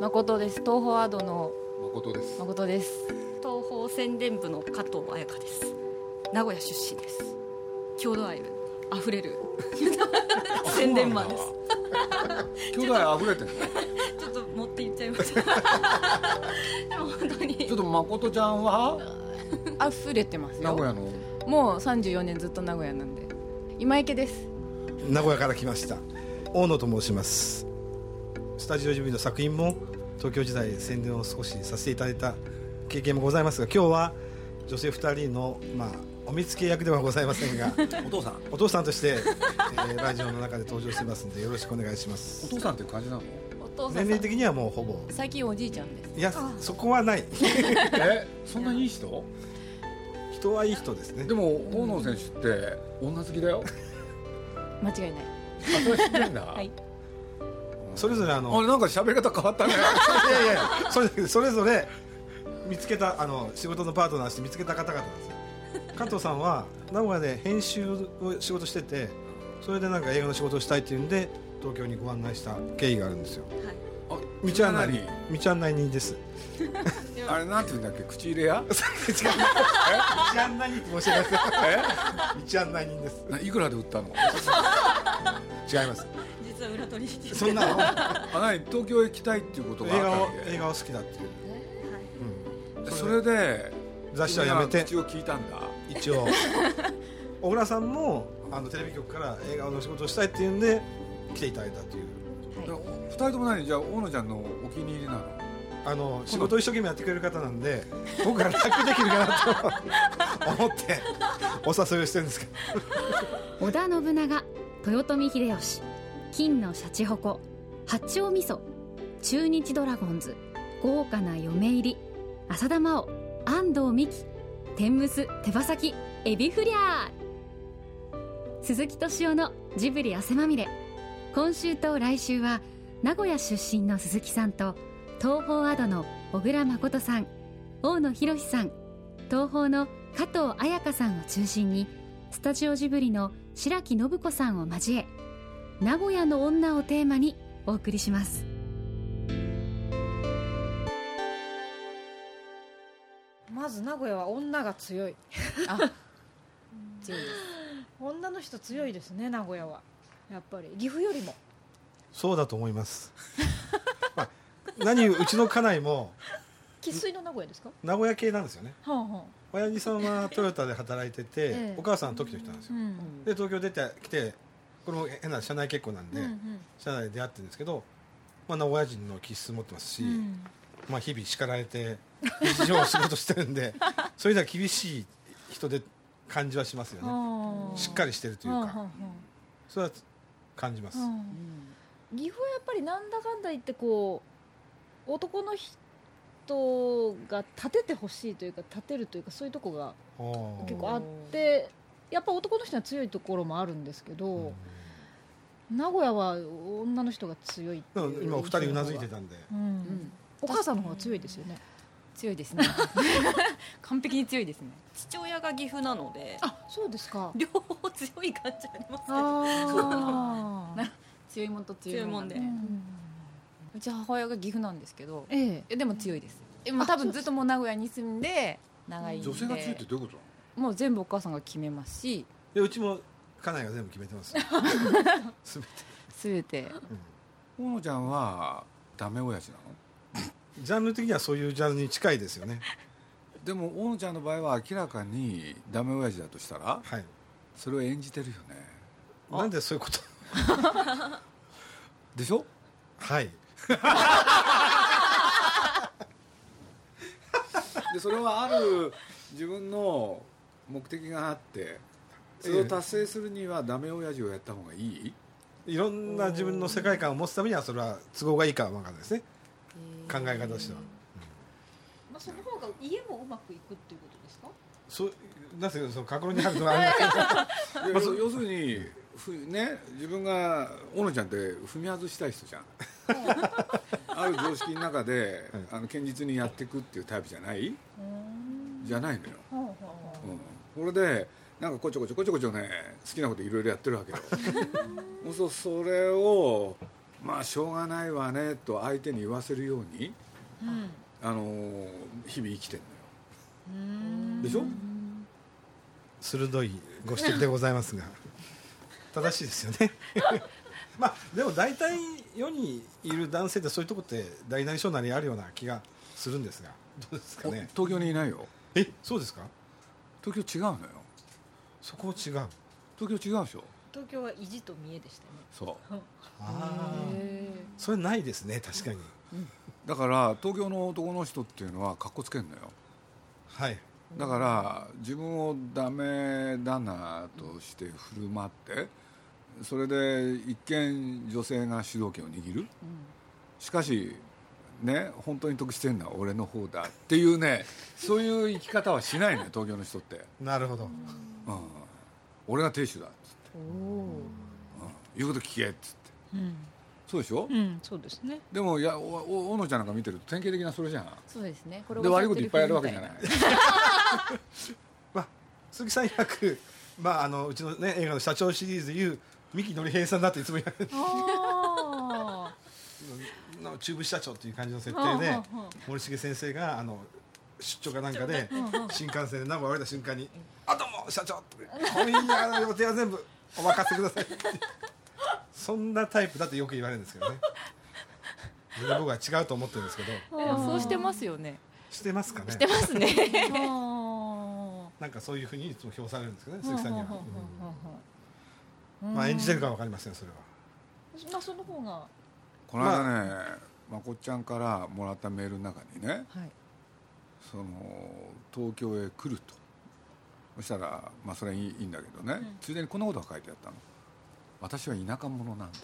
誠です東宝アドの誠です。誠です東方宣伝部の加藤彩香です名古屋出身です郷土愛あふれる宣伝マンですす。 兄弟溢れてる。ちょっと持っていっちゃいま したでも本当ちょにっと誠ちゃんは溢れてます名よ古屋のもう34年ずっと名古屋なんで今池です名古屋から来ました大野と申しますスタジオジブリの作品も東京時代宣伝を少しさせていただいた経験もございますが今日は女性2人のまあお見つけ役ではございませんがお父さん。お父さんとして、えーラジオの中で登場してますのでよろしくお願いしまおす父さんっていう 感じなの？お父さ年ん齢的にはもうほぼ最近おじいちゃんですいやそこはないえ、そんないい人？人はいい人ですねでも大野選手って女好きだよ。間違いないあ、それ知って んだ。いそれぞれああ、のなんか喋り方変わ ったね。いやいやいやそれそれぞれ見つけたあの仕事のパートナーとして見つけた方々なんですよ加藤さんは名古屋で編集を仕事しててそれでなんか映画の仕事をしたいっていうんで東京にご案内した経緯があるんですよあ、道道案案内内人に。道案内人ですあれなんて言うんだっけ？口入れ 屋？道案内人って申し訳ないです道案内人ですないくらで売ったの？違います実は裏取引そんなのあ、なに東京へ行きたいっていうこと映があった画をわけ映画を好きだっていう、うんそれで雑誌はやめて口を聞いたんだ。一応小倉さんもあのテレビ局から映画の仕事をしたいっていうんで来ていただいたというで二人とも何じゃあ大野ちゃんのお気に入りなの？あの仕事を一生懸命やってくれる方なんで僕は楽できるかなと思ってお誘いをしてるんですけど織田信長豊臣秀吉金のシャチホコ八丁味噌中日ドラゴンズ豪華な嫁入り浅田真央安藤美希天むす手羽先エビフリャー鈴木敏夫のジブリ汗まみれ今週と来週は名古屋出身の鈴木さんと東宝アドの小倉誠さん大野博さん東宝の加藤彩香さんを中心にスタジオジブリの白木信子さんを交え名古屋の女をテーマにお送りしますまず名古屋は女が強い強いです女の人強いですね名古屋はやっぱり岐阜よりもそうだと思います、まあ、何よりうちの家内も生粋の名古屋ですか名古屋系なんですよねはあは親父さんはトヨタで働いてて、ええお母さんは時の人なんですあうよんで東京出てきてこれも変な社内結婚なんで、社内で出会ってるんですけど、まあ、名古屋人の気質持ってますし、まあ、日々叱られて日常仕事してるん でそういうのは厳しい人で感じはしますよねしっかりりしてるというかそれは感じます岐阜はやっぱりなんだかんだ言ってこう男の人が立ててほしいというか立てるというかそういうとこがおー結構あってやっぱ男の人は強いところもあるんですけうんど、名古屋は女の人が強いってでいもう今お二人うなずいてたんでうんうんお母さんの方が強いですよね強いです ね完璧に強いですね父親が岐阜なのであそうですか両方強い感じありますけどああ強いもんと強いいももんんででうち母親が岐阜なんですけどえええでも強いですえもう多分ずっともう名古屋に住んで長いんで女性が強いってどういうこと？もう全部お母さんが決めますしでうちも家内が全部決めて ます全て全て大野ちゃんはダメ親父なの？ジャンル的にはそういうジャンルに近いですよねでも大野ちゃんの場合は明らかにダメ親父だとしたらはいそれを演じてるよねなんでそういうこと でしょはいでそれはある自分の目的があってそれを達成するにはダメ親父をやった方がいいいろんな自分の世界観を持つためにはそれは都合がいいかは分かんないですね考え方としてはまあその方が家もうまくいくっていうことですかそうなんですけどその過去にあるのはあれなんですけ要すど要するにふね自分が小野ちゃんって踏み外したい人じゃんある常識の中で、あの堅実にやっていくっていうタイプじゃないじゃないのよ、うん、これでなんかこち ょこちょこちょこちょね好きなこといろいろやってるわけよそうするとそれをまあしょうがないわねと相手に言わせるようにうんあのー日々生きてるうのよんでしょ鋭いご指摘でございます が正しいですよね まあでも大体世にいる男性ってそういうとこって大なり小なりあるような気がするんですがどうですかおね東京にいないよえそうですか東京違うのよそこ違う東京違うでしょ東京は意地と見栄でしたねそうあーへそれないですね確かにだから東京の男の人っていうのはかっこつけんのよはいだから自分をダメだなとして振る舞ってそれで一見女性が主導権を握るしかしね本当に得してるのは俺の方だっていうねそういう生き方はしないね東京の人って、なるほどうん、俺が亭主だっつって、おおうん、言うこと聞けっつってうん、そうでしょ、うん、そうですねでもいやおお小野ちゃんなんか見てると典型的なそれじゃんそうですねこれで悪いこといっぱいやるわけじゃないいまあ、鈴木さん曰く、まあ、あのうちの、ね、映画の社長シリーズでいう三木のり平さんだっていつも言われるあの中部社長っていう感じの設定で森重先生があの出張かなんかで新幹線で名古屋降りた瞬間に「あどうも社長!」って「今夜の予定は全部お任せください」って そんなタイプだってよく言われるんですけどね全然僕は違うと思ってるんですけどやそうしてますよねしてますかねしてますね ああなんかそういうふうにいつも評されるんですけどね鈴木さんには、うんまあ、演じてるかわかりませんそれは まあその方がこの間ね、まこっちゃんからもらったメールの中にねはいその東京へ来るとそしたら、まあ、それはいいいいんだけどね、ついでにこんなことが書いてあったの私は田舎者なんで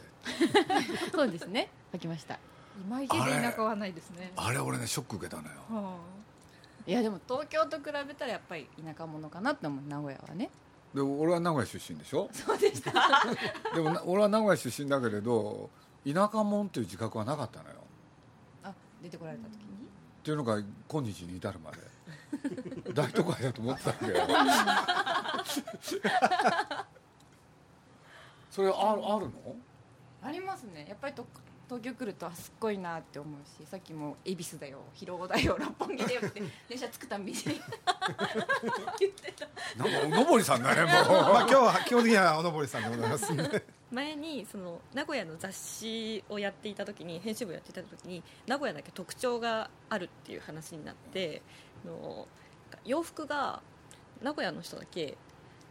そうですね書きました今池で田舎はないですねあれ俺ねショック受けたのよはいやでも東京と比べたらやっぱり田舎者かなって思う名古屋はねで俺は名古屋出身でしょそうでした でもな俺は名古屋出身だけれど田舎者っていう自覚はなかったのよあ出てこられた時にっていうのが今日に至るまで大都会だと思ってたわけよそれあるあるのありますねやっぱりと東京来るとあすっごいなって思うしさっきも恵比寿だよ広尾だよ六本木だよ って電車着くたんびに言ってたなんかおのぼりさんだねもうまあ今日は基本的にはおのぼりさんでございますん で前にその名古屋の雑誌をやっていた時に編集部をやっていた時に名古屋だけ特徴があるっていう話になってあの洋服が名古屋の人だけ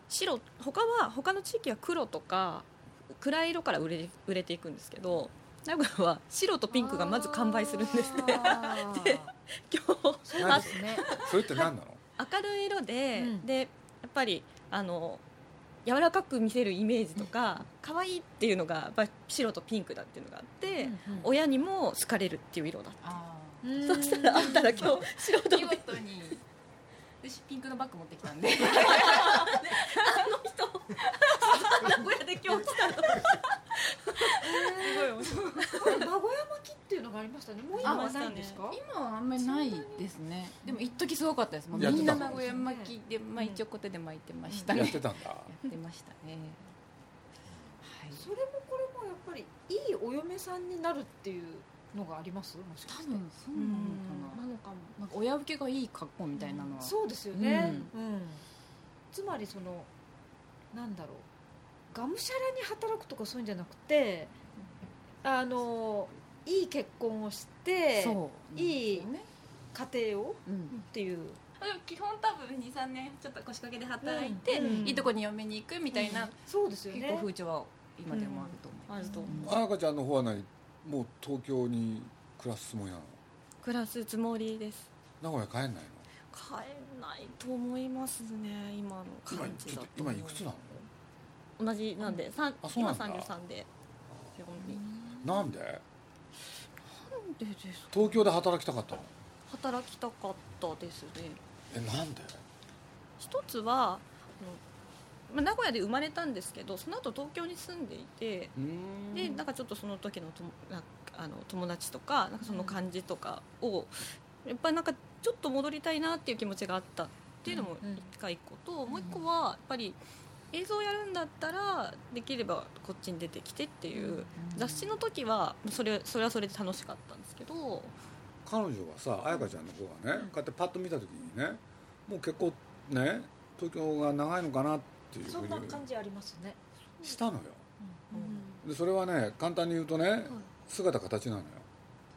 白他は他の地域は黒とか暗い色から売れ売れていくんですけど名古屋は白とピンクがまず完売するんですって で 今日何それそれって何なの、明るい色で、うんでやっぱりあの柔らかく見せるイメージとか可愛いっていうのがやっぱ白とピンクだっていうのがあって、親にも好かれるっていう色だっあた、そしたらあんたら今日白ーと見ピンク事に私ピンクのバッグ持ってきたんで名古屋で今日来 たのすごい面白い名古屋巻きっていうのがありましたねもう今はないんですか今はあんまりないですねでも一時すごかったですもうやってみたんな名古屋巻きで、まあ、一応コテで巻いてましたね、やっやてたんだってましたねはいそれもこれもやっぱりいいお嫁さんになるっていうのがありますもしかして多分そうなのかななのかもなんか親受けがいい格好みたいなのはそうですよね、うんつまりそのなんだろうがむしゃらに働くとかそういうんじゃなくてあのいい結婚をしてそういいなんですよね、家庭をうんっていう基本多分23年ちょっと腰掛けで働いて、うんうんいいとこに嫁に行くみたいな、そうですよ結構ね風潮は今でもあると思う、あると思彩う香ちゃんの方は何もう東京に暮らすつもりなの暮らすつもりです名古屋帰んないの帰えないと思いますね今の今感じちょだっとと今いくつな同じなんで、さんあそうな今んだ33で基本にのなんででです東京で働きたかったの働きたかったですねえなんで一つはあの、まあ、名古屋で生まれたんですけどその後東京に住んでいてうーんでなんかちょっとその時のともなあの友達とかなんかその感じとかをやっぱりなんかちょっと戻りたいなっていう気持ちがあったっていうのもうんうん一回一個と、もう一個はやっぱり映像やるんだったらできればこっちに出てきてっていう、雑誌の時はそれそれはそれで楽しかったんですけど彼女はさ彩香ちゃんの子がね、こうやってパッと見た時にねもう結構ね東京が長いのかなっていうそふうんにな感じありますね、したのようんでそれはね簡単に言うとね、姿形なのよ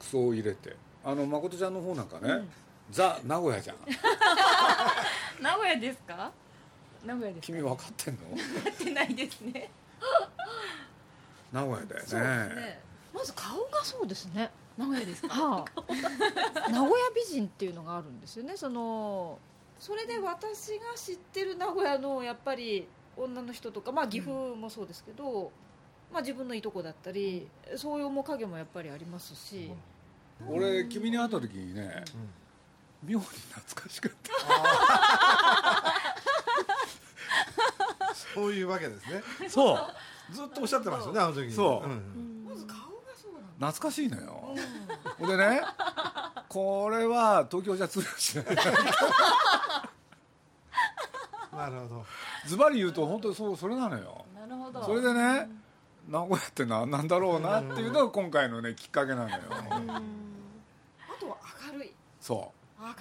クソを入れてあの誠ちゃんの方なんかね、ザ名古屋じゃん名古屋ですか名古屋です君分かってん のやってないですね名古屋だよねそうですねまず顔がそうですね名古屋ですかはあ、名古屋美人っていうのがあるんですよねそのそれで私が知ってる名古屋のやっぱり女の人とか、まあ、岐阜もそうですけど、まあ、自分のいとこだったりそういう面影もやっぱりありますし、俺君に会った時にね、妙に懐かしかったそういうわけですねそうずっとおっしゃってましたねあの時にそううんまず顔がそうなん懐かしいのよ、だ、ほんでねこれは東京じゃ通用しないなるほどズバリ言うと本当にそうそれなのよ なるほどそれでね名古屋って何なんだろうなっていうのが今回のねきっかけなのよあとは明るいそ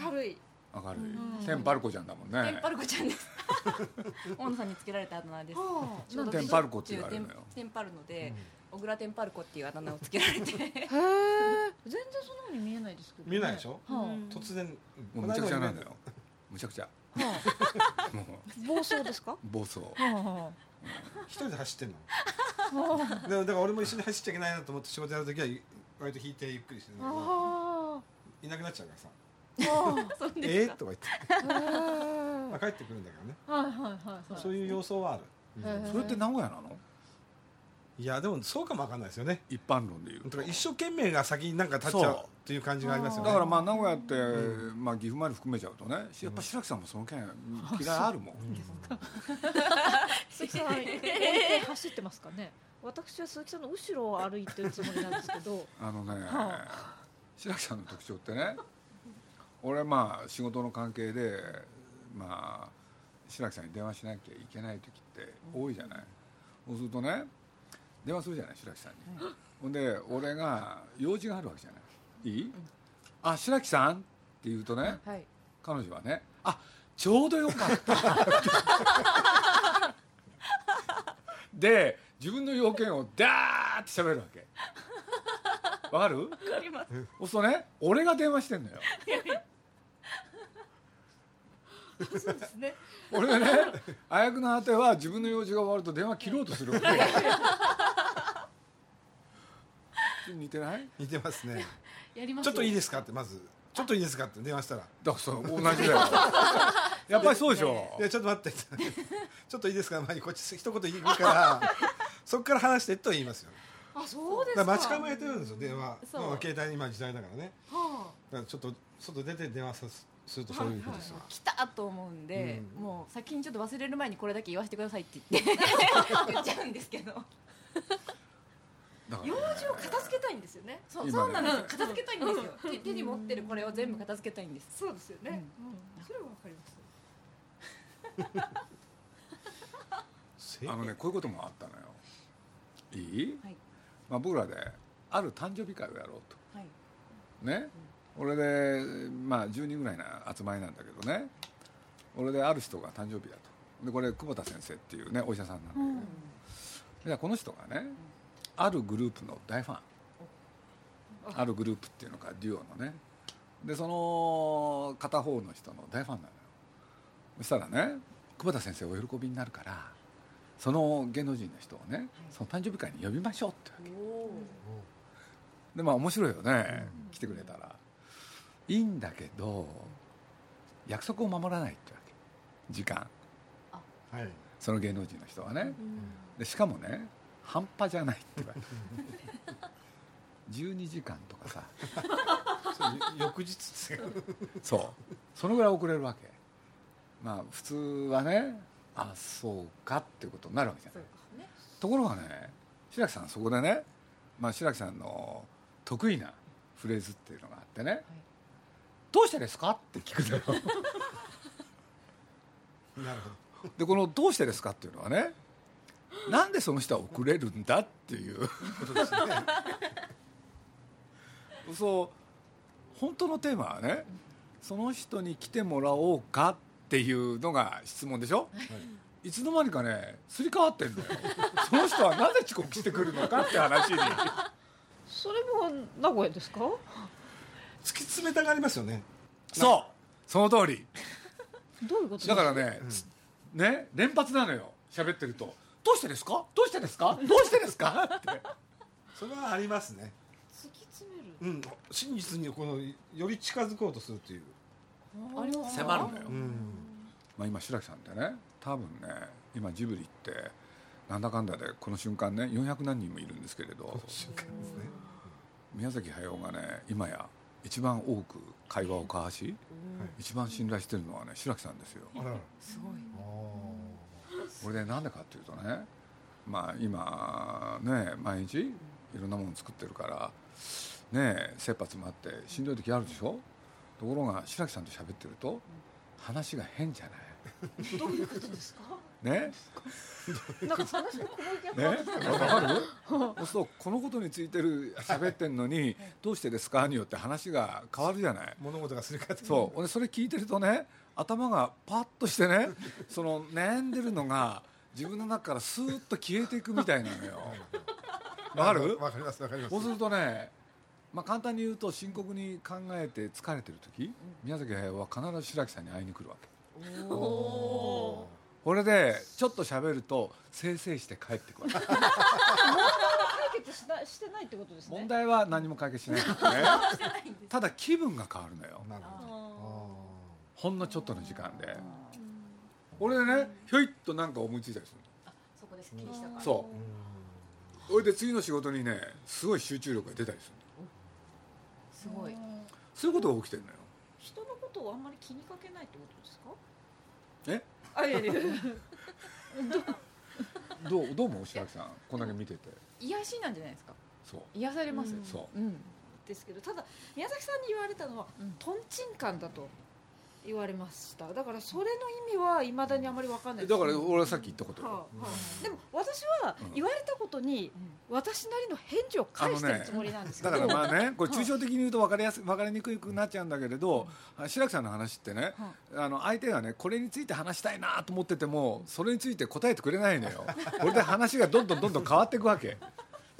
明るい、う明るういんテンパルコちゃんだもんテンねパルコちゃんです 大野さんにつけられたあだ名ですはあ、ちょうどテンパルコって言われるのよテンパるので、小倉テンパルコっていうあだ名をつけられてへえ全然そんなふうに見えないですけ ど、見えないでしょは突然もうむちゃくちゃなんだよむちゃくちゃあはもうあ、暴走ですか、は暴走あは一人で走ってんのあ はあだからだから俺も一緒に走っちゃいけないなと思って仕事やるときは割と引いてゆっくりしてるんだけどあいなくなっちゃうからさあはそう「ですえかっ?」とか言って、あまあ、帰ってくるんだけどねはいはいはいはい。そういう様相はある、うんへえそれって名古屋なのいやでもそうかもわかんないですよね一般論で言うだとから一生懸命が先になんか立っちゃうそうっていう感じがありますよねだからまあ名古屋って、まあ、岐阜まで含めちゃうとねやっぱ白木さんもその件嫌いあるもん鈴木さん、本当に走ってますかね。私は鈴木さんの後ろを歩いてるつもりなんですけど。あのねは白木さんの特徴ってね俺まあ仕事の関係でまあ白木さんに電話しなきゃいけない時って多いじゃない、そうするとね電話するじゃない白木さんに、ほんで俺が用事があるわけじゃないいい、あ白木さんって言うとね、はい彼女はねあちょうどよかったで自分の要件をダーって喋るわけわかるわかりますそうするとね俺が電話してんのよそうですね。俺がねあやくの果ては自分の用事が終わると電話切ろうとするわ け似てない似てますねやりますちょっといいですかってまず「ちょっといいですか?」って電話したらだからそう同じだよやっぱりそうでしょ「いやちょっと待って」ちょっといいですか?」前にこっち一言言うからそこから話してと言いますよあ、そうでだすかか。ら待ち構えてるんですよ電話そうまあ、携帯今時代だからねはだからちょっと外出て電話さすするとそういうことですよ、来たと思うんで、うんもう先にちょっと忘れる前にこれだけ言わせてくださいって言って言っちゃうんですけどだかあ。らね 用事を片付けたいんですよね。そう今そねうなんですよ片付けたいんですよ、手手に持ってるこれを全部片付けたいんですそうですよね。うんそれはわかります。せあのねこういうこともあったのよいい、はいまあ、僕らである誕生日会をやろうとはいね、俺で、まあ、10人ぐらいな集まりなんだけどね俺である人が誕生日だとでこれ久保田先生っていうねお医者さんなんだけど、じゃこの人がねあるグループの大ファンあるグループっていうのかデュオのねでその片方の人の大ファンなのよそしたらね久保田先生お喜びになるからその芸能人の人をねその誕生日会に呼びましょうってわけでまあ面白いよね、来てくれたらいいんだけど約束を守らないってわけ時間はいその芸能人の人はね、でしかもね半端じゃないって言われた12時間とかさそれ翌日ですよそうそのぐらい遅れるわけまあ普通はねあそうかっていうことになるわけじゃないところがね白木さんそこでね、まあ、白木さんの得意なフレーズっていうのがあってね「どうしてですか?」って聞くのよなるほでこのどうしてですかっていうのはねなんでその人は遅れるんだっていうことですね。そう本当のテーマはねその人に来てもらおうかっていうのが質問でしょ、い、つの間にかねすり替わってんだよその人はなぜ遅刻してくるのかって話にそれも名古屋ですか突き詰めたがりますよね。そうその通りどういうことだからね、つね連発なのよ喋ってると「どうしてですかどうしてですかどうしてですか?」ってそれはありますね。突き詰めるうん、真実にこのより近づこうとするという。ありますか迫るのよ、うん。まあ、今白木さんってね多分ね今ジブリってなんだかんだでこの瞬間ね400何人もいるんですけれど瞬間ですね。宮崎駿がね今や一番多く会話を交わし、一番信頼してるのはね白木さんですよ。あらら。すごいこれでなんでかっていうとねまあ今ね毎日いろんなもの作ってるからね切羽詰まってしんどい時あるでしょところが白木さんと喋ってると話が変じゃどういうことですかないねなんか話の小麦ね、わかるそうするとこのことについてる喋ってんのに「どうしてですか?」によって話が変わるじゃない物事がすり替わって。そう俺それ聞いてるとね頭がパッとしてね その悩んでるのが自分の中からスーッと消えていくみたいなのよ わかるわかります。わかります。そうするとね、まあ、簡単に言うと深刻に考えて疲れてる時宮崎駿は必ず白木さんに会いに来るわけおこれでちょっと喋るとせいせいして帰ってくる 解決しなしてないってことですね問題は何も解決しないんだよねただ気分が変わるのよーなるほど。ほんのちょっとの時間で俺ねひょいっとなんか思いついたりするそこですっきりしたかのらそあーうそれで次の仕事にねすごい集中力が出たりするのすごいそういうことが起きてるのよ人のことをあんまり気にかけないってことですえかあいやいやいや どうどう思う白木さんこんだけ見てて癒やしなんじゃないですかそう癒されますうんそうんですけどただ宮崎さんに言われたのは、うんとんちんかんだと言われましただからそれの意味はいまだにあまり分かんなういだですから俺はさっき言ったことよ、はあはあ、でも私はうん言われたことに私なりの返事を返してるつもりなんですけだど、からまあ ね、これ抽象的に言うと分かりやす分かりにくくなっちゃうんだけれど、白木さんの話ってね、あの相手がねこれについて話したいなと思ってても、それについて答えてくれないのよ。 これで話がどんどんどんどん変わっていくわけ。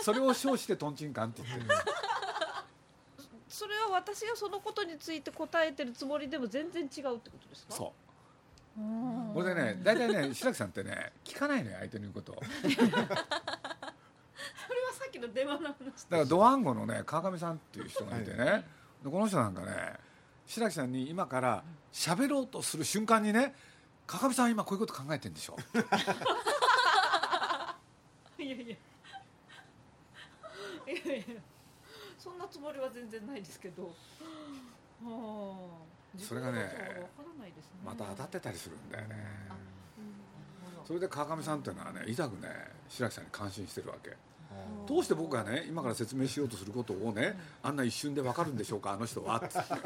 それを称してトンチンカンって言ってる。それは私がそのことについて答えてるつもりでも全然違うってことですかそう。これでね、大体ね、白木さんってね、聞かないのよ相手の言うことを。それはさっきの電話の話だからドワンゴのね川上さんっていう人がいてね、でこの人なんかね白木さんに今から喋ろうとする瞬間にね川上さん今こういうこと考えてんでし ょ いやいやいやいやそんなつもりは全然ないですけどはあそれがね自分のことはわからないですねまた当たってたりするんだよねほらそれで川上さんっていうのはね痛くね白木さんに感心してるわけどうして僕がね今から説明しようとすることをねあんな一瞬でわかるんでしょうかあの人はってそれは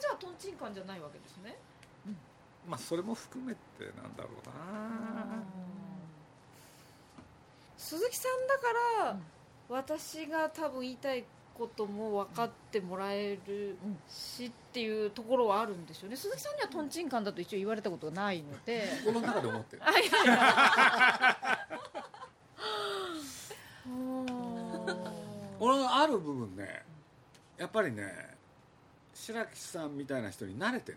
じゃあとんちんかんじゃないわけですねまあそれも含めてなんだろうな鈴木さんだから、私が多分言いたいことも分かってもらえるしっていうところはあるんでしょうね鈴木さんにはとんちんかんだと一応言われたことがないので心の中で思ってる俺のある部分ねやっぱりね白木さんみたいな人に慣れてん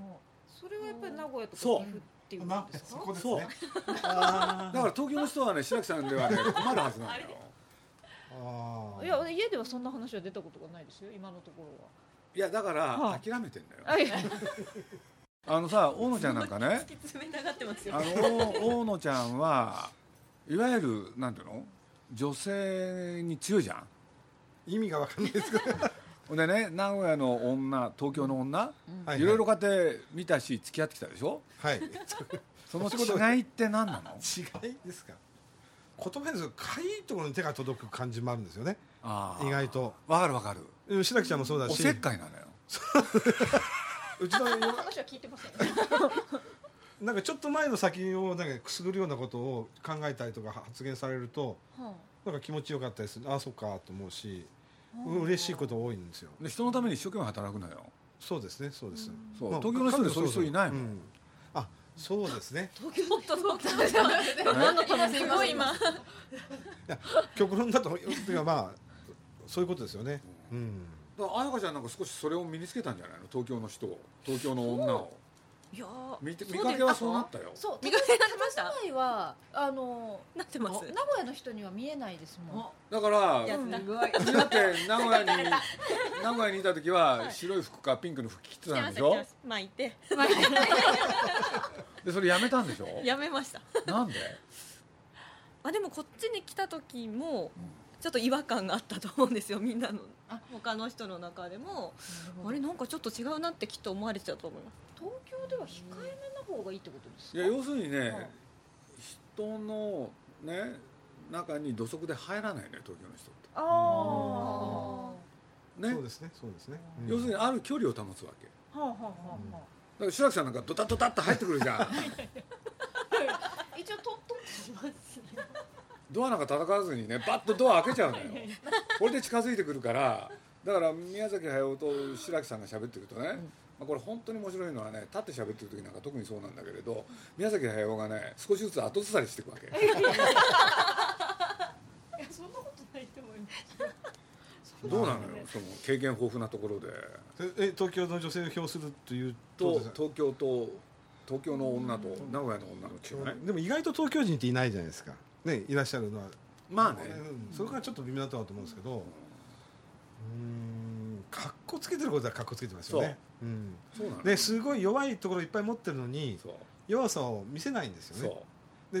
のよそれはやっぱり名古屋とか岐そう阜っていうんですかですね。だあから東京の人はね白木さんではね困るはずなのよあ。いや家ではそんな話は出たことがないですよ今のところいやだからは諦めてんだよははいあのさ大野ちゃんなんかね突き詰めたがってますよあの大野ちゃんはいわゆるなんていうの女性に強いじゃん意味がわかんないですけど。ほんでね名古屋の女東京の女、はいろいろ買って見たし付き合ってきたでしょはい。違その違いって何なのいですか。言葉ですがかゆいところに手が届く感じもあるんですよね。あー意外と。わかるわかるうん白木ちゃんもそうだおし。せっかいなのようちの嫁話は聞いてませんなんかちょっと前の先をなんかくすぐるようなことを考えたりとか発言されると なんか気持ちよかったりするああそっかと思うし嬉しいこと多いんですよで人のために一生懸命働くなよそうですねそうです、そうまあ東京の人でそういう人いないもんうあそうですねもっとそうか何の話すごい今極論だとてかまあそういうことですよねうんだから彩香ちゃんなんか少しそれを身につけたんじゃないの東京の人を東京の女をいやー見てそう見ですかけはそうなったよそう見かけになってました都内はあのなって名ます古屋の人には見えないですもんだからやだったって名古屋に名古屋にいた時は白い服かピンクの服着て来てたまんしでした来てょましたまあいてでそれやめたんでしょやめましたなんであでもこっちに来た時もちょっと違和感があったと思うんですよみんなのあ他の人の中でもああれれなんかちょっと違うなってきっと思われちゃうと思います東京では控えめな方がいいってことですいかや要するにね人のね中に土足で入らないのよ東京の人あっあてそうねですねそうですね、要するにある距離を保つわけだあはあはあはあはから志らくさんなんかドタドタって入ってくるじゃんあ一応とっとってしますね ドアなんか叩かずにねバッとドア開けちゃうのよこれで近づいてくるからだから宮崎駿と志らくさんが喋ってるとね、まあこれ本当に面白いのはね立って喋ってる時なんか特にそうなんだけれど宮崎駿がね少しずつ後ずさりしていくわけいやそんなことないと思いますどうなのよその経験豊富なところでええ東京の女性を評するというとですね東京と東京の女と名古屋の女の違い、でも意外と東京人っていないじゃないですか、ね、いらっしゃるのは、まあね、うんそれからちょっと微妙だとは思うんですけどうんかっこつけてることはかっこつけてますよねうんそうなので、すごい弱いところいっぱい持ってるのにそう弱さを見せないんですよね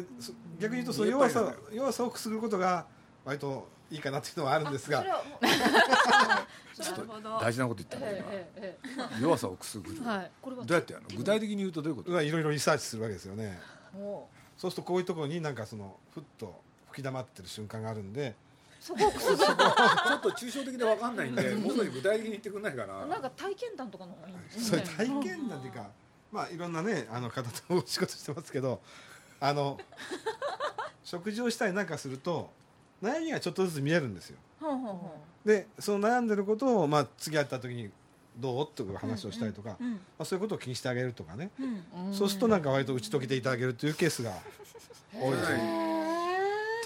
そでそ逆に言うとその弱やっさぱり弱さをくすぐることが割といいかなっていうのはあるんですそれがはもううちょっとほ大事なこと言ったんだえ今えええ弱さをくすぐる、ええはいこれはどうやってやるの具体的に言うとどういうこといろいろリサーチするわけですよねもそうするとこういうところになんかそのふっと吹き溜まってる瞬間があるんでうそこをくすぐちょっと抽象的で分かんないんで、もう少し具体的に言ってくんないかな。なんか体験談とかの方がいいんですそうねいう体験談っていうか、まあいろんなねあの方とお仕事してますけどあの食事をしたりなんかすると悩みがちょっとずつ見えるんですよはんはんはんでその悩んでることを、まあ、次会った時にどうとか話をしたりとか、うんまあ、そういうことを気にしてあげるとかね、うんそうするとなんか割と打ち解けていただけるというケースが多いですね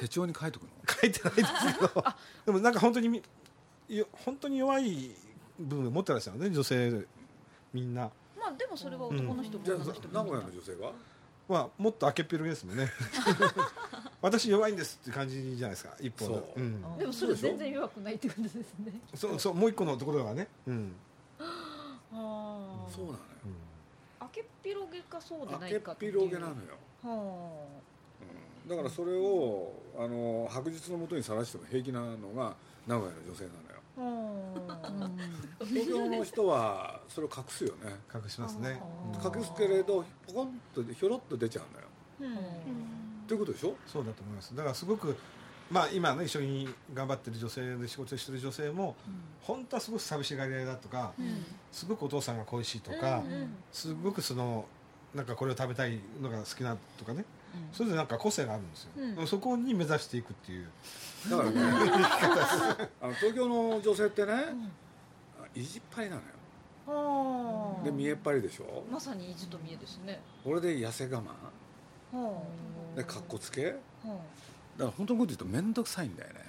手帳に書いとくの。書いてないですけどでもなんか本当にみよ本当に弱い部分を持ってらっしゃるのね女性みんなまあでもそれは男の人もじゃあ女の人、名古も屋の女性は。まあ、もっと開けっぴろげですも んね私弱いんですって感じじゃないですか一方そううん、でもそれ全然弱くないってことですねそうそうもう一個のところがね、うんあそうなのよ。あけっぴろげかそうでな開けいっかってぴいうろげなのよ。はうんだからそれをあの白日のもとにさらしても平気なのが名古屋の女性なのよ。あはあ東京の人はそれを隠すよね。隠しますね、あーうん隠すけれどポコンとひょろっと出ちゃうのよ。ということでしょ。そうだと思いますだからすごくまあ今ね一緒に頑張ってる女性で仕事してる女性も、本当はすごく寂しがり屋だとか、すごくお父さんが恋しいとか、すごくそのなんかこれを食べたいのが好きなとかね、それぞれなんか個性があるんですよ、うんでもそこに目指していくっていうだ からね。あの東京の女性ってね、あ意地っぱりなのよ。はあで見えっぱりでしょ。まさに意地と見えですねこれで痩せ我慢。はでかっこつけだかあはら本当のこと言うと面倒くさいんだよね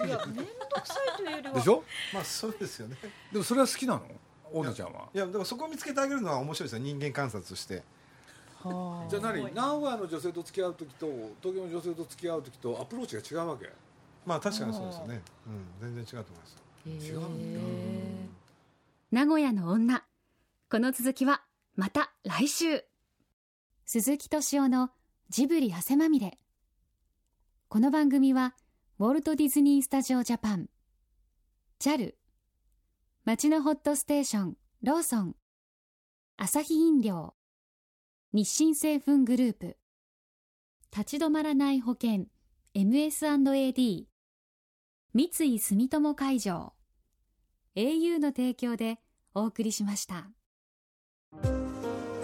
あいや面倒くさいというよりはでしょまあそうですよねでもそれは好きなのオーナちゃんはいやでもそこを見つけてあげるのは面白いですよ人間観察としてじゃあ何名古屋の女性と付き合う時と東京の女性と付き合う時とアプローチが違うわけまあ確かにそうですよね、うん、全然違うと思います違うんだ名古屋の女この続きはまた来週鈴木敏夫のジブリ汗まみれこの番組はウォルト・ディズニー・スタジオ・ジャパン JAL 町のホットステーションローソンアサヒ飲料日清製粉グループ立ち止まらない保険 MS&AD 三井住友海上 au の提供でお送りしました。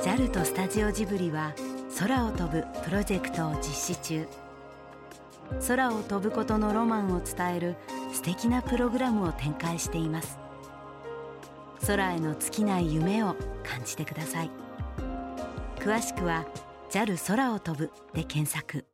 JAL とスタジオジブリは空を飛ぶプロジェクトを実施中空を飛ぶことのロマンを伝える素敵なプログラムを展開しています空への尽きない夢を感じてください詳しくは JAL 空を飛ぶで検索